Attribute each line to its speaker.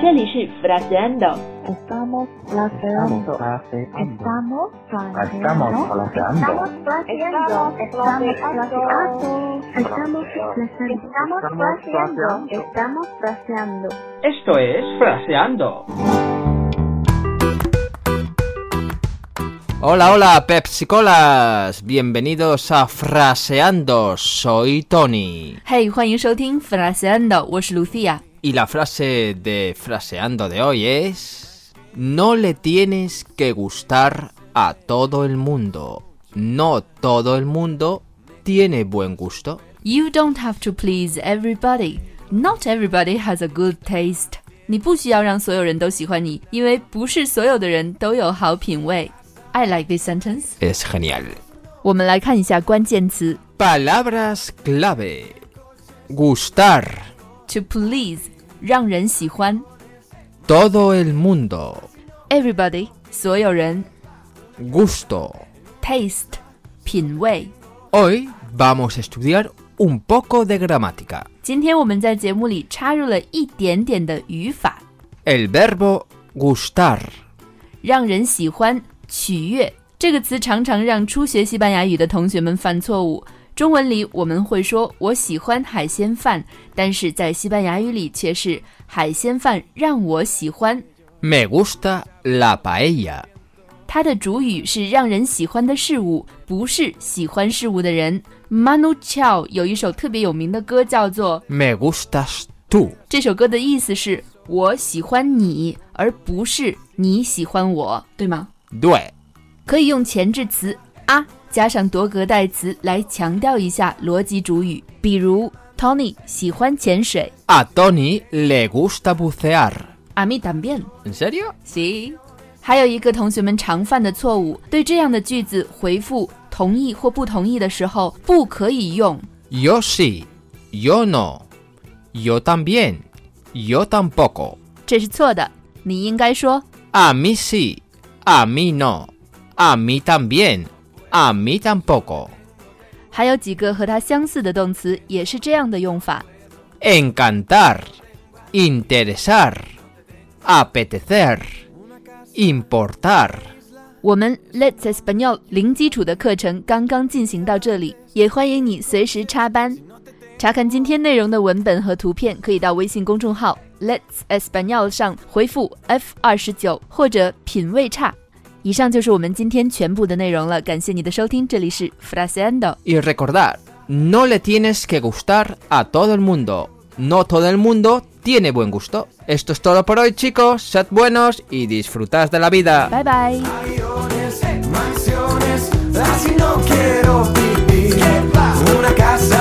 Speaker 1: 这里是 fraseando。
Speaker 2: Estamos
Speaker 3: Estamos
Speaker 2: fraseando.
Speaker 3: fraseando.
Speaker 2: Estamos
Speaker 3: Estamos
Speaker 2: fraseando.
Speaker 3: fraseando.
Speaker 2: Estamos fraseando.
Speaker 3: Estamos fraseando.
Speaker 2: Estamos fraseando. Estamos fraseando.
Speaker 4: Esto es Fraseando.
Speaker 5: Hola, hola, Pepsicolas. Bienvenidos a Fraseando. Soy Tony.
Speaker 6: 嘿欢迎收听 Fraseando，我是 Lucia。
Speaker 5: Y la frase de Fraseando de hoy es... No le tienes que gustar a todo el mundo. No todo el mundo tiene buen gusto.
Speaker 6: You don't have to please everybody. Not everybody has a good taste. 你不需要让所有人都喜欢你，因为不是所有的人都有好品味。I like this sentence.
Speaker 5: Es genial.
Speaker 6: 我们来看一下关键词
Speaker 5: Palabras clave. Gustar.
Speaker 6: to please，让人喜欢
Speaker 5: Todo el mundo.
Speaker 6: everybody，所有人
Speaker 5: Gusto.
Speaker 6: taste，品味。
Speaker 5: Hoy vamos a estudiar un poco de gramática.
Speaker 6: 今天我们在节目里插入了一点点的语法，
Speaker 5: El verbo gustar.
Speaker 6: 让人喜欢、取悦这个词常常让初学西班牙语的同学们犯错误。中文里我们会说“我喜欢海鲜饭”，但是在西班牙语里却是“海鲜饭让我喜欢
Speaker 5: Me gusta la paella. ”。
Speaker 6: 它的主语是让人喜欢的事物，不是喜欢事物的人。Manu Chao 有一首特别有名的歌叫做
Speaker 5: Me gustas tú.
Speaker 6: “这首歌的意思是我喜欢你，而不是你喜欢我”，对吗？
Speaker 5: Due.
Speaker 6: 可以用前置词啊加上多格代词来强调一下逻辑主语，比如 Tony 喜欢潜水
Speaker 5: A Tony le gusta bucear.
Speaker 6: ，A mí también。
Speaker 5: ¿En serio?
Speaker 6: Sí。还有一个同学们常犯的错误，对这样的句子回复同意或不同意的时候，不可以用
Speaker 5: Yo sí. Yo no. Yo también. Yo tampoco.
Speaker 6: 这是错的。你应该说
Speaker 5: A mí sí. A mí no. A mí también. A mí tampoco.
Speaker 6: 还有几个和它相似的动词也是这样的用法，
Speaker 5: Encantar. Interesar. Apetecer. Importar.
Speaker 6: 我们 Let's Español 零基础的课程刚刚进行到这里，也欢迎你随时插班。查看今天内容的文本和图片，可以到微信公众号 Let's Español 上回复 F 二十九或者品味差。以上就是我们今天全部的内容了，感谢你的收听，这里是 Fraseando。
Speaker 5: Y recordar, no le tienes que gustar a todo el mundo. No todo el mundo tiene buen gusto. Esto es todo por hoy chicos, sed buenos y disfrutad de la vida.
Speaker 6: 拜拜。
Speaker 7: mansiones, así no quiero vivir. Una casa